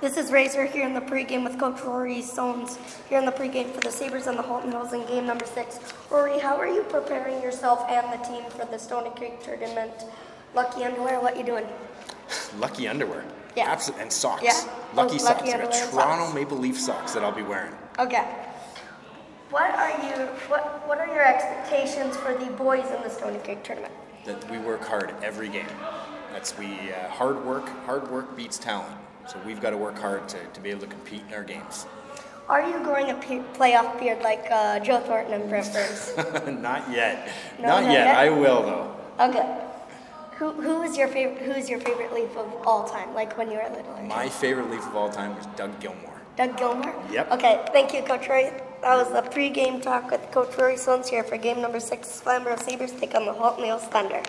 This is Razor here in the pregame with Coach Rory Soames here in the pregame for the Sabres and the Halton Hills in game number six. Rory, how are you preparing yourself and the team for the Stony Creek tournament? Lucky underwear, what you doing? Lucky underwear. Yeah. Absolutely. And socks. Yeah. Lucky Lucky socks. I got underwear and Toronto socks. Maple Leaf socks that I'll be wearing. Okay. What are you what what are your expectations for the boys in the Stony Creek tournament? That we work hard every game. That's we uh, hard work. Hard work beats talent. So we've got to work hard to, to be able to compete in our games. Are you growing a pe- playoff beard like uh, Joe Thornton and Brent Burns? not yet. No, not not yet. yet. I will though. okay. Who who is your favorite who is your favorite leaf of all time? Like when you were little. My favorite Leaf of all time was Doug Gilmore. Doug Gilmore? Yep. Okay, thank you, Coach Rory. That was the pregame talk with Coach Rory Sloan's here for game number six, Flamborough Sabres take on the Holt Mills Thunder.